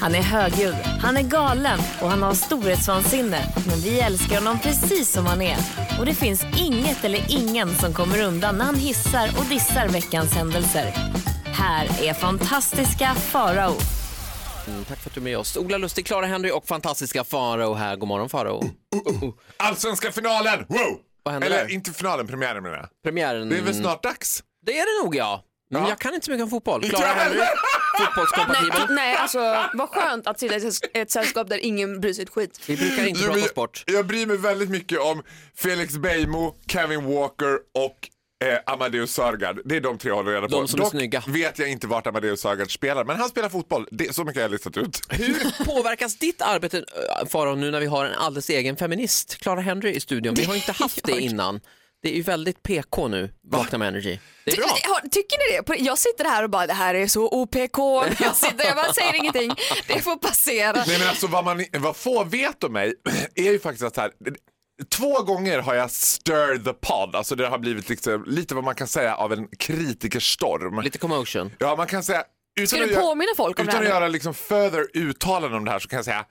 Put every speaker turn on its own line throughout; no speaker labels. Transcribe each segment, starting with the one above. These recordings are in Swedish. Han är högljudd, han är galen och han har storhetsvansinne. Men vi älskar honom precis som han är. Och det finns inget eller ingen som kommer undan när han hissar och dissar veckans händelser. Här är fantastiska Farao.
Mm, tack för att du är med oss. Ola Lustig, Clara Henry och fantastiska Farao här. God morgon Farao.
Mm, Allsvenska finalen! Wow!
Vad händer
Eller
där? Mm.
inte finalen, premiären menar jag.
Premiären...
Det är väl snart dags?
Det är det nog ja. Men
Ja.
jag kan inte så mycket om fotboll.
Inte
Clara
jag
Henry,
heller.
Nej,
fotbollskompatibel.
nej, alltså vad skönt att sitta i ett- ett sällskap där ingen bryr sig ett skit.
Vi brukar inte
Jo, men
prata
jag-
sport.
Jag bryr mig väldigt mycket om Felix Beijmo, Kevin Walker och eh, Amadeus Sörgard. Det är de tre jag håller reda på.
De som är
Dock
snygga.
vet jag inte vart Amadeus Sörgard spelar, men han spelar fotboll. Det, så mycket har jag listat ut.
Hur påverkas ditt arbete äh, Farao nu när vi har en alldeles egen feminist, Clara Henry, i studion? Vi har ju inte haft det innan. Det är ju väldigt PK nu, Vakna med Energy. Det är bra.
Ty- har- Tycker ni det? På- Jag sitter här och bara det här är så OPK. Jag, sitter, jag bara säger ingenting. Det får passera.
Nej men alltså vad, man, vad få vet om mig är ju faktiskt att så här, två gånger har jag stirred the pod, alltså det har blivit liksom, lite vad man kan säga av en kritikerstorm.
Lite commotion.
Ja man kan säga, utan
Ska du påminna folk om det
utan
här
att
nu?
göra liksom further uttalanden om det här så kan jag säga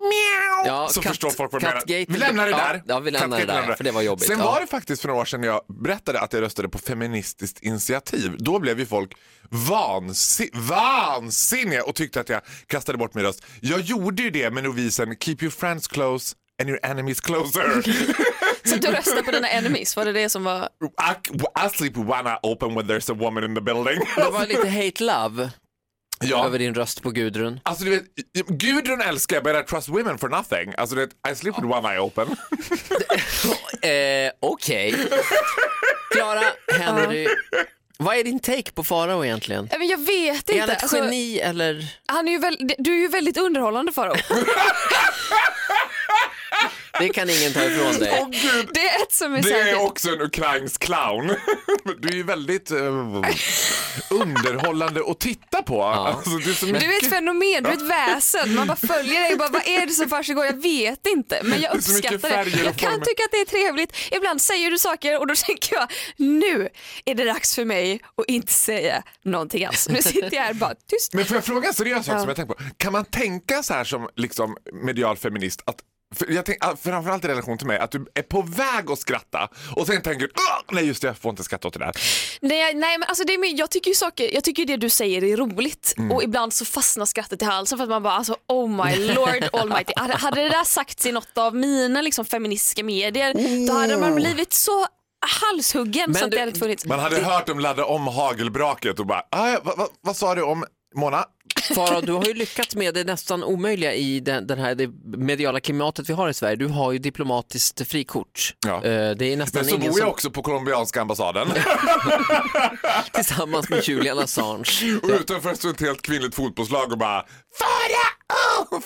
Mjau!
Ja,
så
cut-
förstår folk vad jag menar.
cutgate.
Vi lämnar det
Ja,
där.
ja, vi lämnar det
Cutgate
där, för det var jobbigt.
Sen
Ja.
var det faktiskt för några år sedan jag berättade att jag röstade på Feministiskt initiativ. Då blev ju folk vansi- vansinniga och tyckte att jag kastade bort min röst. Jag gjorde ju det med novisen Keep your friends close and your enemies closer.
Så du röstar på dina enemies, var det det som var?
I, I sleep with one eye open when there's a woman in the building.
Det var lite hate love
ja.
över din röst på Gudrun.
Alltså du vet, Gudrun älskar jag, but I trust women for nothing. Alltså du vet, I sleep with one eye open.
Eh, Okej. Clara Henry, vad är din take på Farao egentligen?
Nej, men Jag vet
Är han
inte.
ett
Alltså,
geni eller?
han är ju väl, du är ju väldigt underhållande Farao.
Det kan ingen ta ifrån dig.
Åh gud!
Det är ett som är
Det
säkert.
är också en ukrainsk clown. Men Du är ju väldigt eh, underhållande att titta på. Alltså, det är så
Du är ett
mycket-
fenomen, du är ett väsen. Man bara följer dig och bara, vad är det som försiggår? Jag vet inte, men jag
Det är så mycket
uppskattar det.
färger och
Jag kan
former.
tycka att det är trevligt. Ibland säger du saker och då tänker jag, nu är det dags för mig att inte säga någonting alls. Nu sitter jag här bara tyst.
Men får jag fråga en seriös sak som jag tänker på? Kan man tänka så här som liksom, medial feminist att för jag tänk, ah, framförallt i relation till mig, att du är på väg att skratta och sen tänker du "Åh, nej just det, jag får inte skratta åt det där.
Nej, nej men alltså det är, my- jag tycker ju saker, jag tycker ju det du säger är roligt och ibland så fastnar skrattet i halsen för att man bara alltså oh my lord almighty. Hade, hade det där sagts i något av mina liksom feministiska medier då hade man blivit så halshuggen
Men
så att
du-
det hade funnits.
Man hade hört dem ladda om hagelbraket och bara, "Ah, ja, vad, vad, vad sa du om Mona?
Farao, du har ju lyckats med det nästan omöjliga i den, den här, det mediala klimatet vi har i Sverige. Du har ju diplomatiskt frikort.
Ja.
Eh, Det är
Men
nästan
så
ingen
bor jag
som
också på colombianska ambassaden.
tillsammans med Julian Assange.
Och utanför stod ett helt kvinnligt fotbollslag och bara Farao!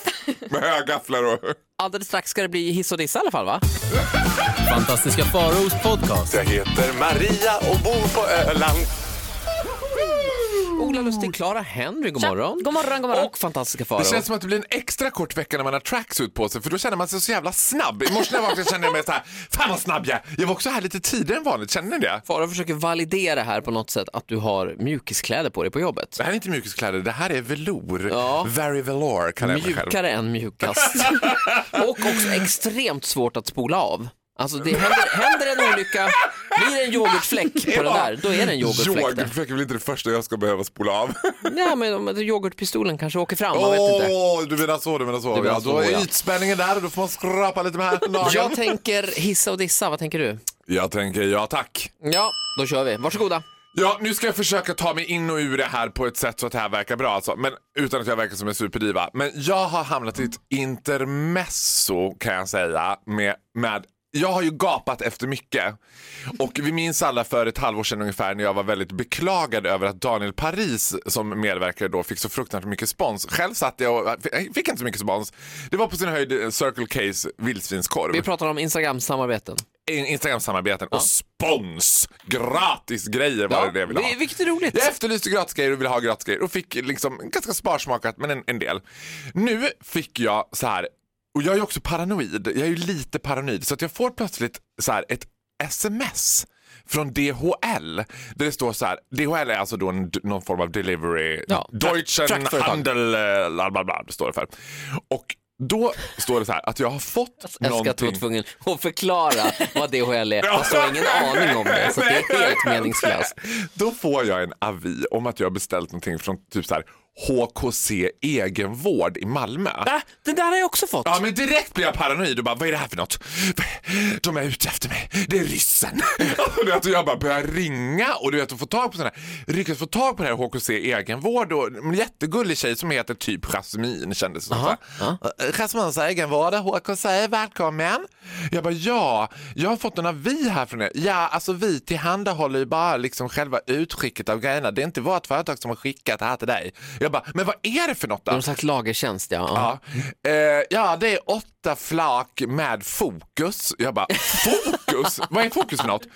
Med höga gafflar och...
Alldeles strax ska det bli hiss och diss i alla fall va?
Fantastiska Faraos podcast.
Jag heter Maria och bor på Öland.
Ola Lustig, Clara Henry, god morgon.
God morgon, god morgon.
Och fantastiska
Det
Farao.
känns som att det blir en extra kort vecka när man har tracksuit på sig för då känner man sig så jävla snabb. I morse när jag vaknade kände jag mig så här, fan vad snabb jag är. Jag var också här lite tidigare än vanligt, känner ni det?
Farao försöker validera här på något sätt att du har mjukiskläder på dig på jobbet.
Det här är inte mjukiskläder, det här är velour.
Ja.
Very velour kallar jag mig själv.
Mjukare än mjukast. Och också extremt svårt att spola av. Alltså
Mm.
det händer, händer en olycka, blir det en yoghurtfläck på den där, då är det en yoghurtfläck där.
Yoghurtfläck är väl inte det första jag ska behöva spola av.
Ja, men om- yoghurtpistolen kanske åker fram, man vet inte.
Åh, du menar så, du menar så.
Du menar
ja, då
så,
är
ja.
ytspänningen där och då får man skrapa lite med nageln.
Jag tänker hissa och dissa, vad tänker du?
jag tänker ja tack.
Ja, då kör vi. Varsågoda.
Ja, nu ska jag försöka ta mig in och ur det här på ett sätt så att det här verkar bra alltså. Men utan att jag verkar som en superdiva. Men jag har hamnat i ett intermezzo kan jag säga. Med, med, jag har ju gapat efter mycket. Och vi minns alla för ett halvår sedan ungefär när jag var väldigt beklagad över att Daniel Paris som medverkade då fick så fruktansvärt mycket spons. Själv satt jag och jag fick inte så mycket spons. Det var på sin höjd eh, Circle K's vildsvinskorv.
Vi pratar om Instagram-samarbeten.
In- Instagram-samarbeten och spons! Gratis grejer var
Ja,
det det jag ville ha.
det är- vilket är roligt.
Jag efterlyste gratis grejer och ville ha gratis grejer och fick liksom ganska sparsmakat men en, en del. Nu fick jag så här, och jag är ju också paranoid, jag är ju lite paranoid så att jag får plötsligt så här ett sms från DHL. Där det står så här, DHL är alltså då en, någon form av delivery,
Ja,
Deutschen
fraktföretag.
Handel, eh, bla bla bla, det står det för. Och då står det så här att jag har fått
Jag älskar att du var
någonting.
tvungen att förklara vad DHL är. Fast jag har ingen aning om det, så det är helt meningslöst.
Då får jag en avi om att jag har beställt någonting från typ så här HKC egenvård i Malmö.
Va? Den där har jag också fått.
Ja men direkt blir jag paranoid och bara vad är det här för något? De är ute efter mig, det är ryssen. Alltså, du vet, och jag bara börjar ringa och du vet att få tag på sådana här, lyckas få tag på den här HKC egenvård och en jättegullig tjej som heter typ Jasmine kändes det som.
Aha,
Så här. Jasmines egenvård, HKC, välkommen. Jag bara ja, jag har fått en avi här från er. Ja, alltså vi tillhandahåller ju bara liksom själva utskicket av grejerna. Det är inte vårt företag som har skickat det här till dig. Jag bara, men vad är det för något då?
De har sagt lagertjänst, ja. ja.
Ja. Eh, ja, det är åtta flak med fokus. Jag bara, fokus? vad är fokus för något?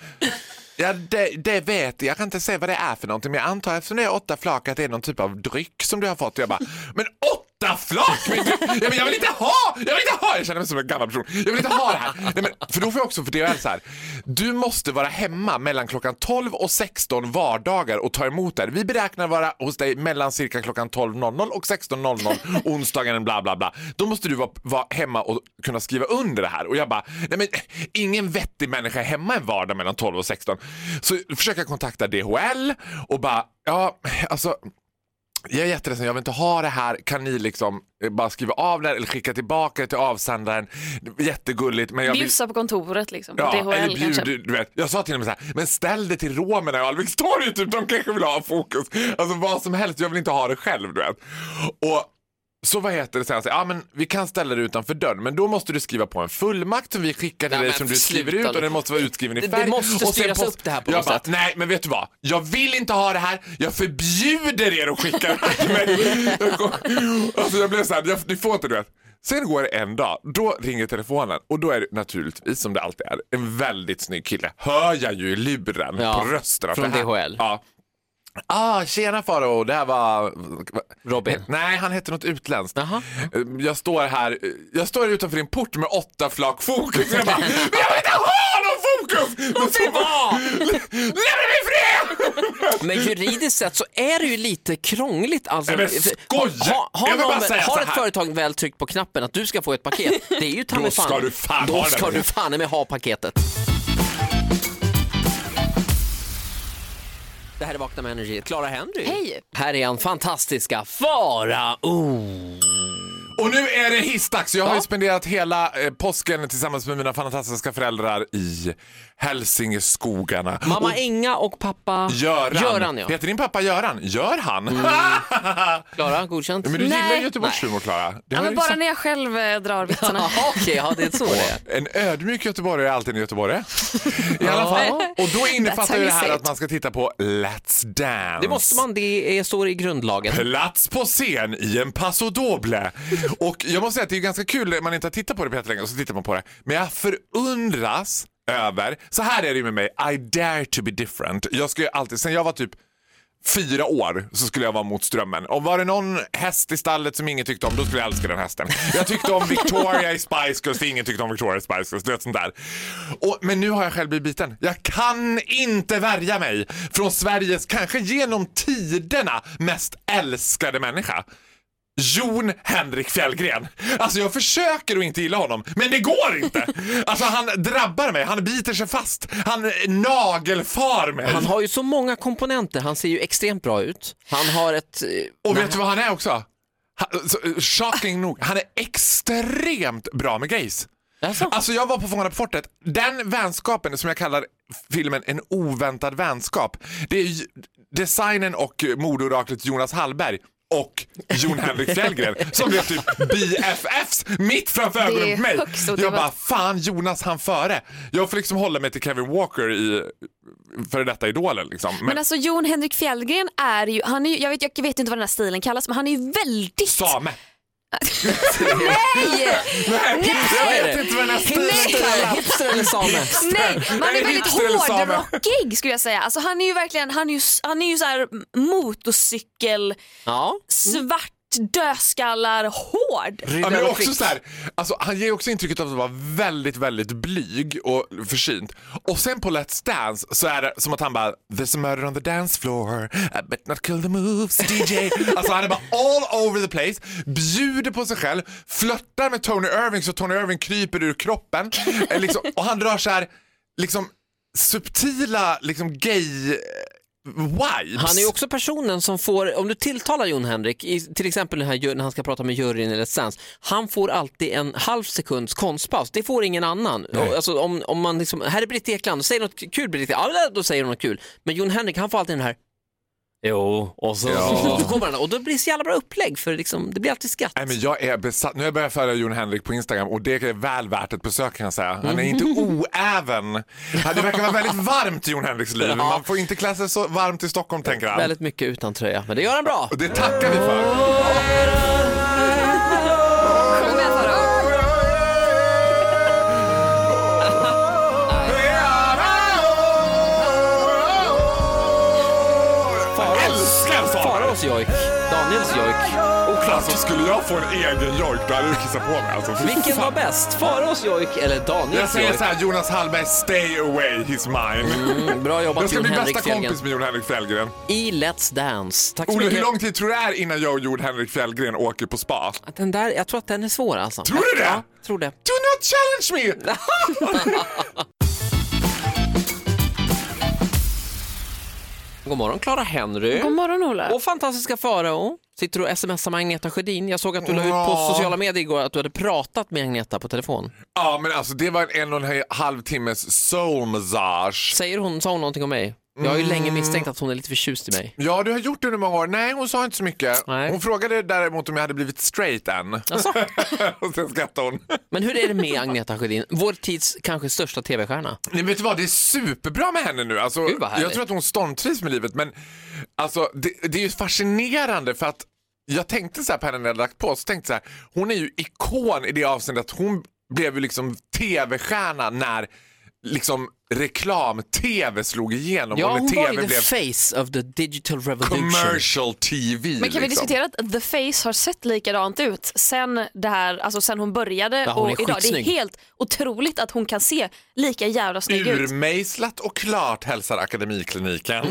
Ja, det, det vet jag. Jag kan inte säga vad det är för någonting, men jag antar eftersom det är åtta flak att det är någon typ av dryck som du har fått. Jag bara, men åtta flak? Men, du- ja, men jag vill inte ha! Jag vill inte ha! Jag känner mig som en gammal person. Jag vill inte ha det här. Nej, men, för då får jag också för DHL så här, du måste vara hemma mellan klockan 12 och 16 vardagar och ta emot det. här. Vi beräknar vara hos dig mellan cirka klockan 12.00 och 16.00 onsdagen bla bla bla. Då måste du vara, vara hemma och kunna skriva under det här. Och jag bara, nej men ingen vettig människa är hemma en vardag mellan 12 och 16. Så försöker jag kontakta DHL och bara, ja alltså jag är jätteledsen, jag vill inte ha det här. Kan ni liksom eh, bara skriva av det här eller skicka tillbaka det till avsändaren? Jättegulligt. Men jag vill...
Bjussa på kontoret liksom.
Ja,
DHL
eller bjud,
kanske.
du vet. Jag sa till dem så här, men ställ det till romerna i Alvikstorget, typ, de kanske vill ha fokus. Alltså vad som helst, jag vill inte ha det själv. Du vet. Och så vad heter det sen? Så, Ja, men vi kan ställa det utanför dörren, men då måste du skriva på en fullmakt som vi skickar till
Nej,
dig
men
som du skriver
sluta
ut och
nu.
den måste vara utskriven i
Det- det
färg.
måste
och sen
styras
post-
upp det här på
jag
något
bara,
sätt.
Nej, men vet du vad? Jag vill inte ha det här. Jag förbjuder er att skicka det här till mig. Jag kom, alltså jag blev så här, jag, ni får inte du vet. Sen går det en dag, då ringer telefonen och då är det naturligtvis som det alltid är en väldigt snygg kille. Hör jag ju i luren
Ja,
på rösten. att
från
det här-
DHL.
Ja. Ah, tjena Faro, det här var...
Robin.
Nej, han hette något utländskt. Eh,
Jaha.
Jag står här jag står utanför din port med åtta flak fokus. Jag bara, men jag vill inte ha någon fokus! Men så bara, Lämna mig i fred!
Men juridiskt sett så är det ju lite krångligt. Alltså,
Nej, men skoja!
Ha, ha,
Jag
har
vill bara
någon,
säga så
har ett
här.
företag väl tryckt på knappen att du ska få ett paket, det är ju ta mig
Då ska du fan
Då
ha det.
ska du fan med ha paketet. Det här är Vakna med Energy, Clara Henry.
Hej.
Här är han, fantastiska Farao.
Och nu är det hissdags. Jag har ju spenderat hela eh, påsken tillsammans med mina fantastiska föräldrar i Hälsingeskogarna.
Mamma Inga och pappa
Göran.
Göran ja.
Heter din pappa Göran? Gör han?
Klara, godkänt?
Men du gillar
Mm. Nej.
Göteborgshumor, Klara. Det
Ja,
har
men
du
bara
sagt.
när jag själv eh, drar vitsarna.
Jaha, Okej, ja, det är så det är.
En ödmjuk göteborgare är alltid en göteborgare. I alla fall. Och då innefattar
how
ju
you
det här
say
att
it.
man ska titta på Let's Dance.
Det måste man, det är, står i grundlagen.
Plats på scen i en paso doble. Och jag måste säga att det är ganska kul, man inte har tittat på det på jättelänge och så tittar man på det. Men jag förundras över, så här är det ju med mig, I dare to be different. Jag ska ju alltid, sen jag var typ fyra år så skulle jag vara mot strömmen. Om var det någon häst i stallet som ingen tyckte om, då skulle jag älska den hästen. Jag tyckte om Victoria i Spice Girls, ingen tyckte om Victoria i Spice Girls, du vet sånt där. Och, men nu har jag själv blivit biten. Jag kan inte värja mig från Sveriges, kanske genom tiderna, mest älskade människa. Jon Henrik Fjällgren. Alltså jag försöker att inte gilla honom, men det går inte. Alltså han drabbar mig, han biter sig fast, han nagelfar mig.
Han har ju så många komponenter, han ser ju extremt bra ut. Han har ett... eh,
Och vet du vad han är också? Han, så, eh, shocking nog, han är extremt bra med gays.
Alltså,
Alltså jag var på Fångarna på fortet. Den vänskapen som jag kallar filmen En oväntad vänskap. Det är ju designen och eh, mordoraklet Jonas Hallberg och Jon Henrik Fjällgren som blev typ BFFs mitt framför ögonen på mig.
högst
Jag
otippat.
bara, fan Jonas han före. Jag får liksom hålla mig till Kevin Walker i före detta idolen liksom. Men,
Men alltså Jon Henrik Fjällgren är ju, han är ju jag, vet, jag vet inte vad den här stilen kallas men han är ju väldigt...
same.
Nej!
Nej, jag
Nej!
vet inte vad den här stilen
Hipster eller- hipster eller same?
Nej, man
Nej,
är väldigt
hipster eller same.
hårdrockig skulle jag säga. Alltså, han är ju verkligen, han är ju, han är ju så här motorcykel,
Ja.
svart, dödskallar, hård.
Rydda
Ja, men
och
också
kvick.
så här, alltså, han ger också intrycket av att vara väldigt, väldigt blyg och försynt. Och sen på Let's Dance så är det som att han bara “There's a murder on the dance floor, I bet not kill the moves, DJ”. alltså han är bara all over the place, bjuder på sig själv, flörtar med Tony Irving så Tony Irving kryper ur kroppen. Eh, liksom, och han drar så här, liksom subtila liksom gay eh, vibes.
Han är ju också personen som får, om du tilltalar Jon Henrik, i, till exempel den här, ju- när han ska prata med juryn i Let's Dance, han får alltid en halv sekunds konstpaus. Det får ingen annan. Och, alltså, om, om man liksom, här är Britt Ekland, säg något kul Britt, ja, då säger hon något kul. Men Jon Henrik, han får alltid den här Jo, och så,
Ja.
så kommer han och då blir det så jävla bra upplägg för liksom, det blir alltid skratt.
Nej, men jag är besatt. Nu har jag börjat följa Jon Henrik på Instagram och det är väl värt ett besök kan jag säga. Han är inte
Mm.
oäven. Ja, Det verkar vara väldigt varmt i Jon Henriks liv. Man får inte klä sig så varmt i Stockholm tänker han.
Väldigt mycket utan tröja, men det gör han bra.
Och det tackar vi för.
Kom igen Farao.
Jag älskar Sara!
Faraos jojk, Daniels jojk.
Alltså skulle jag få en egen jojk då hade du kissat på mig alltså. Fy
Vilken var
fan.
bäst? Faraos jojk eller
Jag
Daniels
säger
jojk?
så här, Jonas Hallberg, stay away, he's mine.
Mm, bra jobbat
Jag ska
Jon
bli
Henrik
bästa
Fjällgren.
kompis med Jon Henrik Fjällgren.
I Let's Dance. Tack så
Olle,
mycket.
hur lång tid tror du det är innan jag och Jon Henrik Fjällgren åker på spa?
Den där, jag tror att den är svår alltså.
Tror du det?
Ja, tror det.
Do not challenge me!
God morgon Clara Henry.
God morgon Ola.
Och fantastiska Farao. Sitter du och smsar med Agneta Sjödin? Jag såg att du la ut på
Ja.
sociala medier igår att du hade pratat med Agneta på telefon.
Ja, men alltså det var en en och en halv timmes soul massage.
Säger hon, sa hon någonting om mig? Jag har ju länge misstänkt att hon är lite förtjust i mig.
Ja, du har gjort det under många år. Nej, hon sa inte så mycket.
Nej.
Hon frågade däremot om jag hade blivit straight än.
Alltså,
och sen skrattade hon.
men hur är det med Agneta Sjödin? Vår tids kanske största tv-stjärna.
Nej, vet du vad? Det är superbra med henne nu. Alltså,
Gud, vad härligt.
jag tror att hon stormtrivs med livet. Men alltså, det, det är ju fascinerande för att jag tänkte så här på henne när jag lagt på. Så tänkte jag så här, hon är ju ikon i det avseendet att hon blev ju liksom tv-stjärna när liksom reklam-tv slog igenom.
Ja,
och när
hon var
tv
ju the
blev
face of the digital revolution.
commercial tv.
Men kan vi
liksom.
diskutera att The Face har sett likadant ut sen, det här, alltså sen hon började
Ja, hon är
och idag. Det är
skitsnygg.
helt otroligt att hon kan se lika jävla snygg ut.
Urmejslat och klart hälsar Akademikliniken.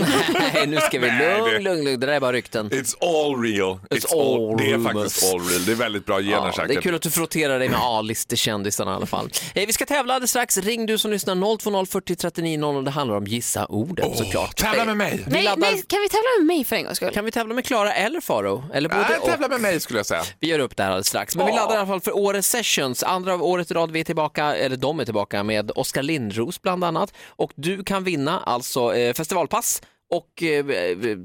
Nej, nu ska vi
Nej, det-
lugn, lugn, lugn. Det där är bara rykten.
It's all real.
It's all
det är
rumors.
faktiskt all real. Det är väldigt bra gener
Ja,
säkert.
det är kul att du frotterar dig med A-listekändisarna i alla fall. Eh, vi ska tävla alldeles strax. Ring du som lyssnar 020 40 39 00. Det handlar om gissa ordet såklart.
Tävla med mig.
Vi
Nej,
laddar-
nej, kan vi tävla med mig för en gångs skull?
Kan vi tävla med Klara eller Faro? Eller både
Nej,
och?
tävla med mig skulle jag säga.
Vi gör upp det här alldeles strax. Men vi laddar i alla fall för årets sessions. Andra av året i rad, vi är tillbaka, eller de är tillbaka med Oskar Lindros bland annat. Och du kan vinna alltså eh, festivalpass och eh,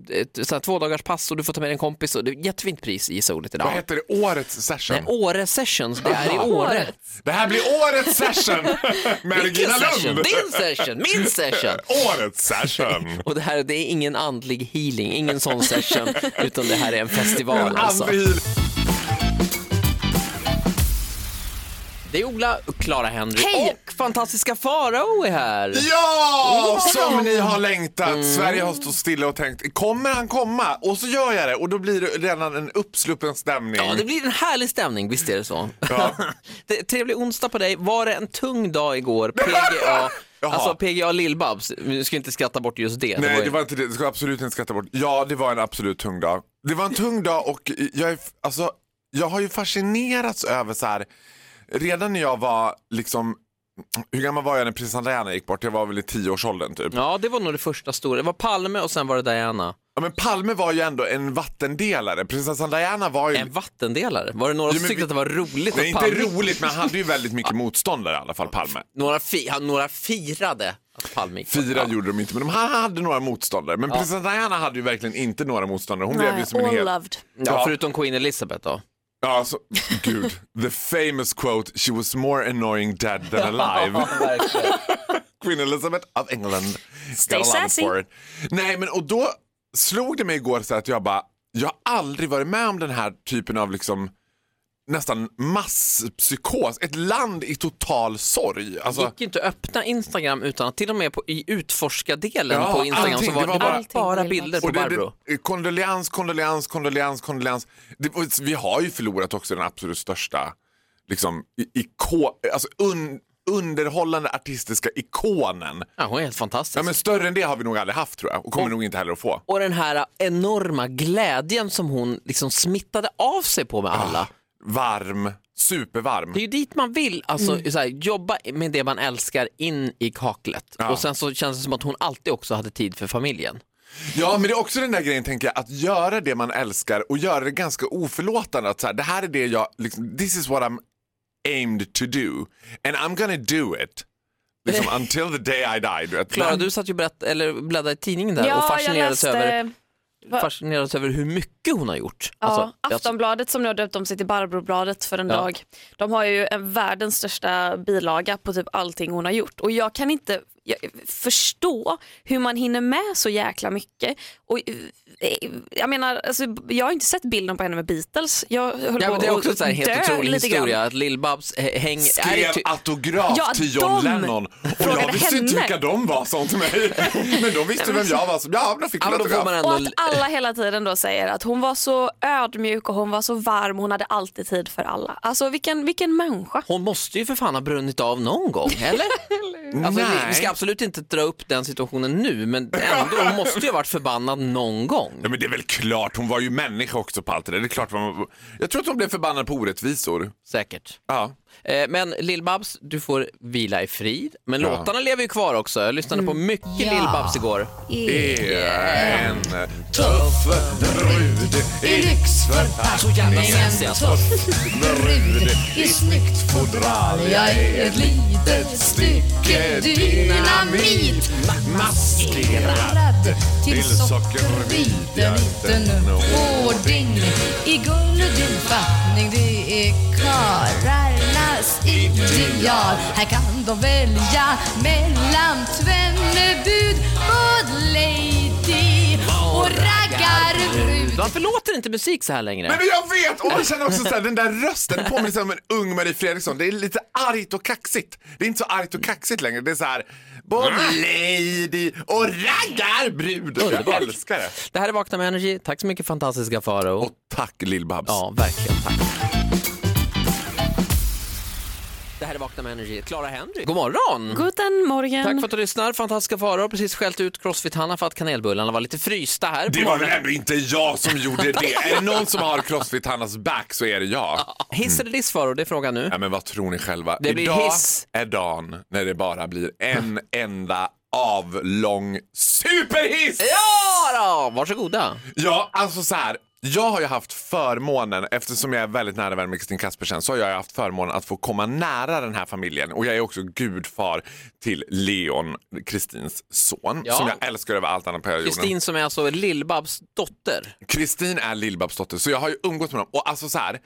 ett sånt här tvådagarspass och du får ta med en kompis. Och det är ett jättefint pris i Gissa ordet idag.
Vad heter det? Årets session?
Nej, Åre sessions, det är i Åre.
det här blir årets session med
Vilken
Regina
session?
Lund.
Din session, min session.
Årets session.
Och det här det är ingen andlig healing, ingen sån session, utan det här är en festival.
En
Alltså.
andlig heal.
Det är Ola, Clara Henry
Hej!
och fantastiska Farao är här.
Ja, som ni har längtat.
Mm.
Sverige har stått stilla och tänkt, kommer han komma? Och så gör jag det och då blir det redan en uppsluppen stämning.
Ja, det blir en härlig stämning, visst är det så?
Ja.
det, trevlig onsdag på dig. Var det en tung dag igår? PGA,
Jaha.
alltså PGA Lill-Babs, vi ska inte skratta bort just det.
Nej,
var ju-
det var inte det. Det ska jag absolut inte skratta bort. Ja, det var en absolut tung dag. Det var en tung dag och jag, är, alltså, jag har ju fascinerats över så här, redan när jag var liksom, hur gammal var jag när prinsessan Diana gick bort? Jag var väl i tioårsåldern typ.
Ja, det var nog det första stora. Det var Palme och sen var det Diana.
Ja, men Palme var ju ändå en vattendelare. Prinsessan Diana var ju...
En vattendelare. Var det några som
men
tyckte
vi-
att det var roligt
Nej,
att
inte
Palme...
roligt, men han hade ju väldigt mycket motståndare i alla fall, Palme.
Några, fi... han- några firade att Palme gick bort.
Fyra gjorde de inte, men de, han hade några motståndare. Men prinsessan Diana hade ju verkligen inte några motståndare. Hon blev ju
Nej,
som en
all
hel...
loved.
Ja, förutom Queen Elizabeth då.
Ja, alltså, gud. The famous quote, she was more annoying dead than alive. Queen Elizabeth of England. Stay
sassy.
Nej, men och då slog det mig igår så att jag bara, jag har aldrig varit med om den här typen av liksom nästan masspsykos. Ett land i total sorg.
Det
Alltså,
gick ju inte att öppna Instagram utan att till och med på, i utforska-delen
Ja,
på Instagram
allting,
så var
det
det,
var bara-
allt bara bilder på
och det,
Barbro.
det, eh, kondoleans, kondoleans, kondoleans, kondoleans. Det, och vi har ju förlorat också den absolut största liksom, i- iko, alltså un, underhållande artistiska ikonen.
Ja, hon är helt fantastisk.
Ja, men större än det har vi nog aldrig haft tror jag och kommer nog inte heller att få.
Och den här enorma glädjen som hon liksom smittade av sig på med alla.
Ah. Varm, supervarm.
Det är ju dit man vill, alltså
Mm.
så här, jobba med det man älskar in i kaklet.
Ja.
Och sen så känns det som att hon alltid också hade tid för familjen.
Ja, men det är också den där grejen, tänker jag, att göra det man älskar och göra det ganska oförlåtande. Att så här, det här är det jag, liksom, this is what I'm aimed to do and I'm gonna do it. Liksom, until the day I die. Du vet.
Klara, du satt ju berätt, eller bläddrade i tidningen där och fascinerades över,
Va-
fascinerades över hur mycket hon har gjort.
Ja,
Alltså, jag-
Aftonbladet som nu har döpt om sig till Barbrobladet för en
Ja.
dag. De har ju en världens största bilaga på typ allting hon har gjort och jag kan inte jag, förstå hur man hinner med så jäkla mycket. Och, eh, jag menar, alltså, jag har inte sett bilden på henne med Beatles. Jag höll
Ja,
på
men det är
att
också en
dö
helt otrolig
lite grann.
historia att Lill-Babs eh, häng... är
Skrev
ty-
autograf
Ja,
till John
de
Lennon. Och jag
frågade
visste inte
henne.
vilka de var, sa hon till mig. Men de visste vem jag var. Så, ja, men de fick
ja,
en
men då får
autograf.
man
Och
ändå...
att alla hela tiden då säger att hon var så ödmjuk och hon var så varm och hon hade alltid tid för alla. Alltså vilken, vilken människa.
Hon måste ju för fan ha brunnit av någon gång, eller? alltså, vi-
Nej.
vi ska absolut inte dra upp den situationen nu, men ändå, hon måste ju ha varit förbannad någon gång.
Nej, men det är väl klart, hon var ju människa också på allt det där. Det är klart man... Jag tror att hon blev förbannad på orättvisor.
Säkert.
Ja.
Eh, Men Lill-Babs, du får vila i frid. Men låtarna lever ju kvar också. Jag lyssnade på mycket Lill-Babs igår.
är en eh, tuff brud i lyxförpackning.
Så jävla sexig alltså.
Brud i snyggt fodral. Jag är ett litet stycke dynamit. Maskerad till sockervit. Jag är inte nog.
Ordning i guld och din fattning Det är karlarnas ideal Här kan de välja mellan tvennebud Både lady och raggarbrud
Varför låter inte musik så här längre?
Men jag vet! Och man känner också så här, den där rösten påminner sig om en ung Marie Fredriksson. Det är lite argt och kaxigt. Det är inte så argt och kaxigt längre. Det är så här, både lady och raggarbrud. Jag
Underbart.
älskar det.
Det här är Vakna med Energy. Tack så mycket fantastiska Faro.
Och tack Lill-Babs.
Ja, verkligen. Tack. Det här är Vakna med Energy. Clara Henry. God morgon!
Guten morgen.
Tack för att du lyssnar. Fantastiska Faro har precis skällt ut Crossfit-Hanna för att kanelbullarna var lite frysta här. på
Det var
morgonen.
väl ändå inte jag som gjorde det? är det någon som har Crossfit-Hannas back så är det jag.
Hiss eller diss Faro? Det är frågan nu.
Ja, men vad tror ni själva?
Det blir
Idag
hiss.
är dagen när det bara blir en enda avlång superhiss!
Ja då! Varsågoda.
Ja, alltså så här. Jag har ju haft förmånen, eftersom jag är väldigt nära vän med Kristin Kaspersen, så har jag haft förmånen att få komma nära den här familjen. Och jag är också gudfar till Leon, Kristins son,
Ja.
som jag älskar över allt annat på hela jorden.
Kristin som är alltså Lill-Babs dotter.
Kristin är Lill-Babs så jag har ju umgåtts med dem. Och alltså så här,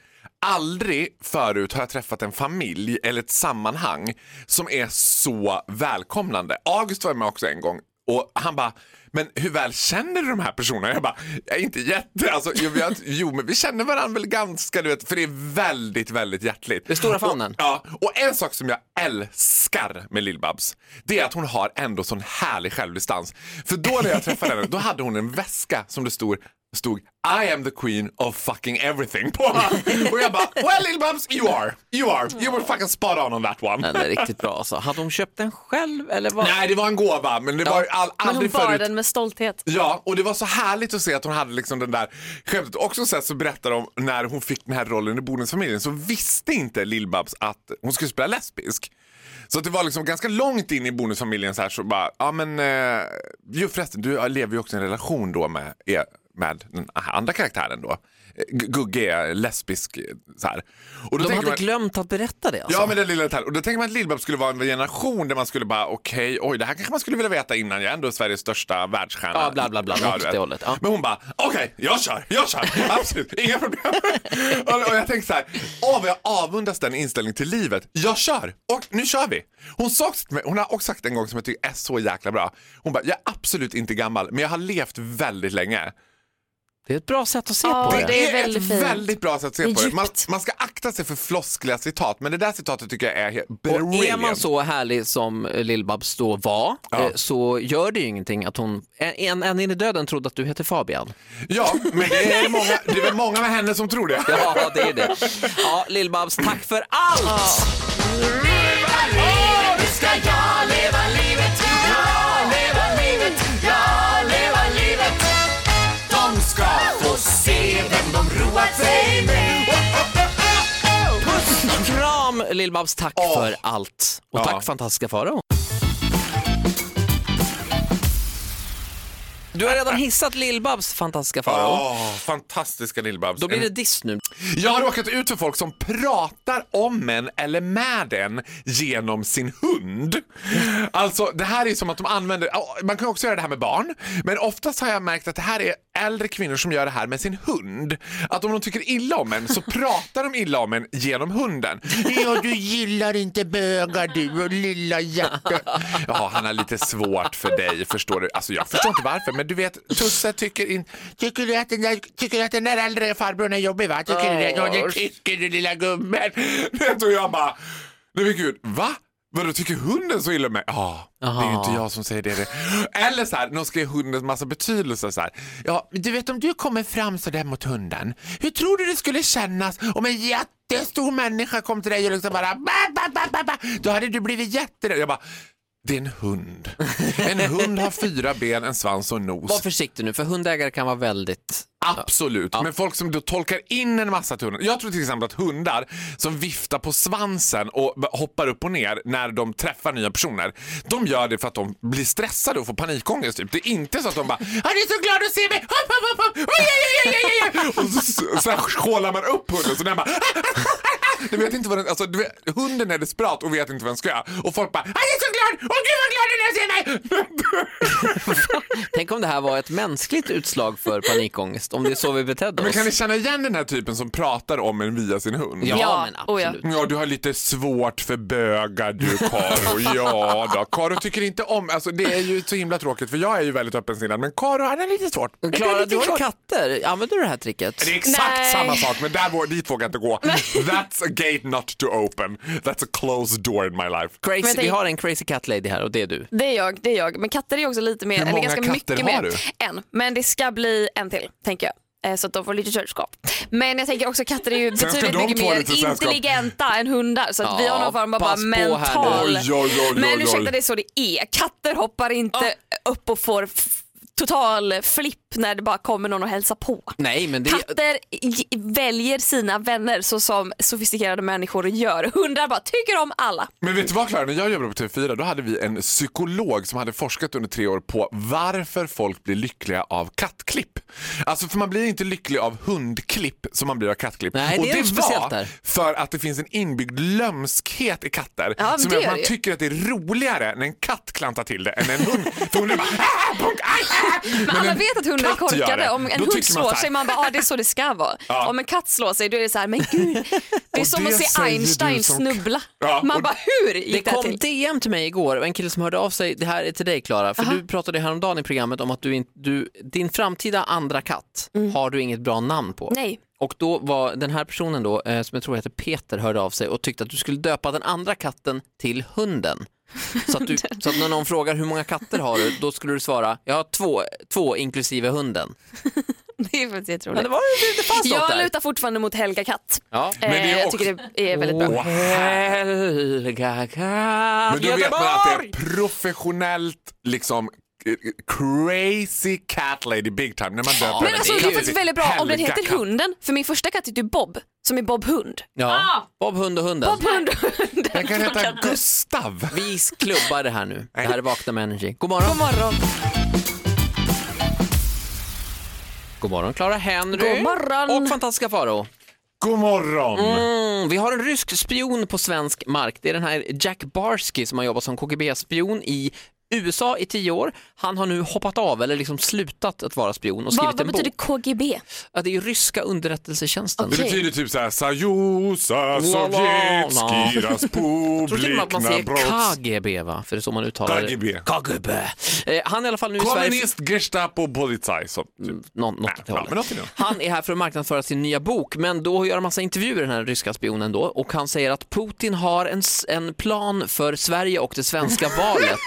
aldrig förut har jag träffat en familj eller ett sammanhang som är så välkomnande. August var med också en gång och han bara, men hur väl känner du de här personerna? Jag bara, jag är inte jätte, alltså, jo, vi har, jo men vi känner varandra väl ganska, du vet, för det är väldigt, väldigt hjärtligt.
Det är stora famnen.
Ja, och en sak som jag älskar med Lill-Babs, det är att hon har ändå sån härlig självdistans. För då när jag träffade henne, då hade hon en väska som det stod, stod I am the queen of fucking everything på. Och jag bara, well Lill-Babs, you are, you are, you were fucking spot on on that one.
Den är riktigt bra alltså. Hade hon köpt den själv eller vad?
Nej, det var en gåva, men det var ju all,
Men hon
aldrig
bar
förut.
den med stolthet.
Ja, och det var så härligt att se att hon hade liksom den där skämtet. Också sen så berättar de när hon fick den här rollen i Bodensfamiljen så visste inte Lill-Babs att hon skulle spela lesbisk. Så att det var liksom ganska långt in i Bonusfamiljen så här så bara, ja men, eh, ju förresten, du lever ju också i en relation då med, er- med den här andra karaktären då. Eh, G- Gugge är lesbisk eh, så här. Och då
De
tänker
hade
man-
glömt att berätta det alltså.
Ja, men den lilla detaljen. Och då tänker man att Lill-Babs skulle vara en generation där man skulle bara, okej, oj, det här kanske man skulle vilja veta innan. Jag är ändå Sveriges största världsstjärna.
Ja, bla, bla, bla.
Ja,
Åt
du vet.
det hållet, ja.
Men hon bara, okej, jag kör, jag kör, absolut, inga problem. och, och jag tänker så här, åh vad jag avundas den inställningen till livet. Jag kör, och nu kör vi. Hon, sa också till mig, hon har också sagt en gång som jag tycker är så jäkla bra. Hon bara, jag är absolut inte gammal, men jag har levt väldigt länge.
Det är ett bra sätt att se
Ja,
på det.
det- är väldigt
ett
fint.
väldigt bra sätt att se
Det är
på det. Man,
djupt.
man ska akta sig för floskliga citat, men det där citatet tycker jag är helt
Och är man
brilliant.
så härlig som eh, Lill-Babs då var
Ja.
eh, så gör det ju ingenting att hon än- än än in i döden trodde att du hette Fabian.
Ja, men det är, många, det är väl många med henne som tror det.
Ja, det är det. Ja, Lill-Babs, tack för allt!
Ah.
Puss och kram! Lill-Babs, tack för allt. Och
Ah. Ja.
tack fantastiska Farao. Du har redan hissat Lill-Babs fantastiska Farao.
Åh, fantastiska Lill-Babs.
Då blir det diss nu.
Jag har råkat ut för folk som pratar om en eller med en genom sin hund. Alltså det här är som att de använder, ja, man kan också göra det här med barn, men oftast har jag märkt att det här är äldre kvinnor som gör det här med sin hund. Att om de tycker illa om en så pratar de illa om en genom hunden. Ja, du gillar inte bögar du och lilla hjärta. Ja, han har lite svårt för dig, förstår du. Alltså jag förstår inte varför, men du vet, Tusse tycker inte... Tycker du att den där, tycker du att den där äldre farbrorn är jobbig va? Tycker du det? Ja, det tycker du lilla gubben. Vet du, jag bara, nej men gud, va? Vadå, tycker hunden så illa om mig? Ja, det är ju inte jag som säger det. Eller så här, någon ska ge hunden massa betydelse. Så här. Ja, men du vet om du kommer fram så där mot hunden, hur tror du det skulle kännas om en jättestor människa kom till dig och liksom bara ba, ba, ba, ba, ba. Då hade du blivit jätterädd. Jag bara, det är en hund. En hund har fyra ben, en svans och en nos.
Var försiktig nu, för hundägare kan vara väldigt...
Absolut, men folk som då tolkar in en massa till hunden. Jag tror till exempel att hundar som viftar på svansen och b- hoppar upp och ner när de träffar nya personer, de gör det för att de blir stressade och får panikångest. Typ. Det är inte så att de bara "Ah, “Jag är så glad att se mig!” hopp, hopp, hopp, hopp. Oj, oj, oj, oj, oj, oj." Och så, så, så här skålar man upp hunden så den bara "Ah, du vet inte vad den, alltså, du vet, hunden är desperat och vet inte vad den ska göra. Och folk bara "Ah, “Jag är så glad! Åh gud vad glad den är att se mig!”
Tänk om det här var ett mänskligt utslag för panikångest, om det är så vi betedde
Men
oss.
kan ni känna igen den här typen som pratar om en via sin hund?
Ja,
Ja,
men
oh ja.
absolut.
Ja, du har lite svårt för bögar du, Karo. Ja då. Karo tycker inte om... Alltså, det är ju så himla tråkigt, för jag är ju väldigt öppensinnad. Men Karo, han är lite svårt. Det är
Klara,
lite
du har
svårt.
katter. Använder du det här tricket?
Det är exakt
Nej.
samma sak, men där, vå- dit vågar jag inte gå. That's a gate not to open. That's a closed door in my life.
Crazy,
Men tänk-
Vi har en crazy cat lady här och det är du.
Det är jag, det är jag. Men katter är också lite mer,
Hur många
eller ganska
katter
mycket
har
mer. En, men det ska bli en till, tänker jag. Eh, Så att de får lite köldskap. Men jag tänker också katter är ju
ska
betydligt
de
mycket
två
mer
lite sällskap.
intelligenta än hundar. Så att vi
Ja,
har någon form av bara
pass på här nu.
mental...
Oj, oj, oj, oj,
Men
oj.
ursäkta, det är så det är. Katter hoppar inte upp och får f- total flipp när det bara kommer någon och hälsar på.
Nej, men det
Katter j- väljer sina vänner så som sofistikerade människor gör. Hundar bara tycker om alla.
Men vet du vad Klara, när jag jobbade på TV4 då hade vi en psykolog som hade forskat under tre år på varför folk blir lyckliga av kattklipp. Alltså för man blir inte lycklig av hundklipp som man blir av kattklipp.
Nej,
och
det är något speciellt
var
där.
för att det finns en inbyggd lömskhet i katter
Ja, men
som
det
gör att
gör
man
det ju.
tycker att det är roligare när en katt klantar till det än en hund. för hunden bara ah, punk, aj, aj.
Men alla vet att hundar är
katt gör
korkade.
det,
Om en
då
hund
tycker man
slår
så här-
sig, man bara ah, det är så det ska vara. Om en katt slår sig, då är det så här, men gud. Det är
Och
som
det
att se
säger du
Einstein
som-
snubbla.
Ja, och-
Man bara, hur
Det
gick det här
kom
till?
DM till mig igår och en kille som hörde av sig, det här är till dig Klara, för du pratade häromdagen i programmet om att du, in, du, din framtida andra katt har du inget bra namn på.
Mm. Nej.
Och då var den här personen då, eh, som jag tror heter Peter, hörde av sig och tyckte att du skulle döpa den andra katten till hunden. Så att, du, så att när någon frågar hur många katter har du, då skulle du svara jag har två, två inklusive hunden.
Det är faktiskt
Men det,
jätteroligt.
var, det- det fanns något
Jag
där.
lutar fortfarande mot Helga Katt.
Ja.
Eh,
det är
jag
också-
tycker det är väldigt bra.
Åh, Helga katt,
Men då vet typ- man att det är professionellt liksom eh, crazy cat lady big time när man döper
men
Men
henne
alltså,
det
det
är
är
ju-
faktiskt väldigt bra om den
Helga
heter
katt.
hunden. För min första katt heter ju Bob, som är Bob Hund.
Ja. Bob Hund och hunden.
Ah! Bob Hund och hunden.
Den kan heta Gustav.
Vi klubbar det här nu. Det här är Vakna med Energy. God morgon.
God morgon.
God morgon Clara Henry.
God morgon.
Och fantastiska Faro.
God morgon!
Mm, vi har en rysk spion på svensk mark. Det är den här Jack Barsky som har jobbat som KGB-spion i USA i tio år. Han har nu hoppat av eller liksom slutat att vara spion och
Vad,
skrivit
vad
en bok.
betyder KGB?
Ja, det är ju ryska underrättelsetjänsten.
Det
Okej.
betyder typ såhär Sajusa
la, la.
Sovjetski
Jag tror till och med att man säger
Raspublikna brott.
KGB va? För det är så man uttalar
KGB.
det. KGB. Eh, han är i alla fall nu i Sverige.
Kommunist, Gestapo, Polizei. Så, typ.
Nå, något åt det
ja,
hållet.
men något i den.
Han är här för att marknadsföra sin nya bok, men då gör han massa intervjuer den här ryska spionen då och han säger att Putin har en, s- en plan för Sverige och det svenska valet.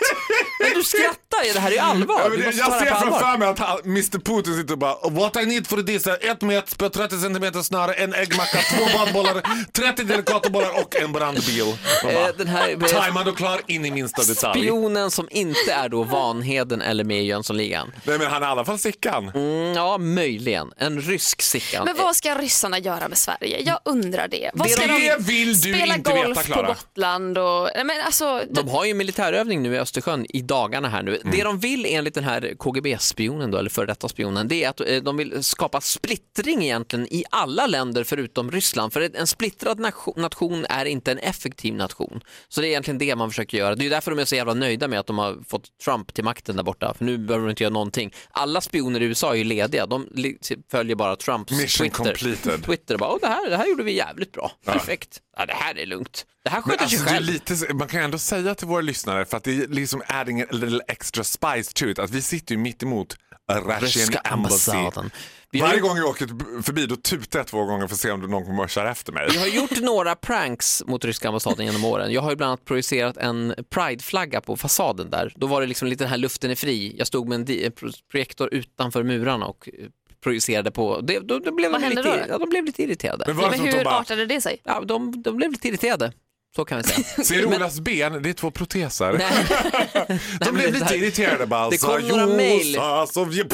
Men du skrattar ju, det här är ju allvar.
Ja, men
Vi
jag
måste ta det
jag
här på
ser
allvar.
framför mig att han, Mr Putin sitter och bara "Oh, What I need for this är ett met på 30 centimeter snöre, en äggmacka, två bandbollar, 30 delikatobollar och en brandbil. Man bara,
Eh, Den här
Tajmad och klar in i minsta detalj.
spionen som inte är då Vanheden eller med i Jönssonligan.
Nej men han är i alla fall Sickan.
Mm, ja, möjligen. En rysk Sickan.
Men vad ska ryssarna göra med Sverige? Jag undrar det. Vad ska
Det vill du
spela
inte
golf
veta
på
Klara.
Gotland och... Nej, men alltså,
De har ju militärövning nu i Östersjön i dagarna här nu.
Mm.
Det de vill enligt den här KGB-spionen då, eller före detta spionen, det är att eh, de vill skapa splittring egentligen i alla länder förutom Ryssland. För en- en splittrad nation, nation är inte en effektiv nation. Så det är egentligen det man försöker göra. Det är ju därför de är så jävla nöjda med att de har fått Trump till makten där borta. För nu behöver de inte göra någonting. Alla spioner i USA är ju lediga. De li- följer bara Trumps
Mission
Twitter.
completed.
Twitter och bara, "Åh, det här, det här gjorde vi jävligt bra. Perfekt. Ja, det här är lugnt. Det här
Men
sköter sig
alltså, det är
själv.
lite, så- man kan ju ändå säga till våra lyssnare, för att det är liksom adding a little extra spice to it, att vi sitter ju mitt emot Russian
Ryska
embassy.
ambassaden. Vi har,
Varje
ju-
gång jag åker t- förbi då tutar jag två gånger för att se om någon kommer och kör efter mig.
vi har gjort några pranks mot ryska ambassaden genom åren. Jag har ju bland annat projicerat en prideflagga på fasaden där. Då var det liksom lite den här luften är fri. Jag stod med en di- en pro- projektor utanför murarna och eh, projicerade på. Det, då, då blev
Vad
de
hände
lite,
då?
Ja, de blev lite irriterade.
Men
ja,
varför
men
inte
hur
bara,
artade det sig?
Ja, de, de blev lite irriterade. Så kan vi säga.
ser du Olas ben? Det är två proteser.
Nej,
De
men det
blev lite
där-
irriterade bara.
Det kom
alltså,
några
jo,
mejl.
sa- så vi-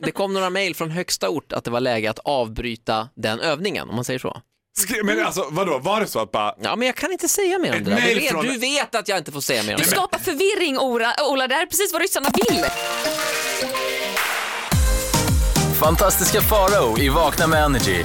det kom några mejl från högsta ort att det var läge att avbryta den övningen, om man säger så.
Skri- Men alltså vadå, var det så att bara,
Ja, men jag kan inte säga mer om
Ett
det där. Du
mejl
vet,
från-
du vet att jag inte får säga mer om
Du
det.
skapar förvirring Ola, Ola. det här är precis vad ryssarna vill.
Fantastiska Farao i Vakna med Energy.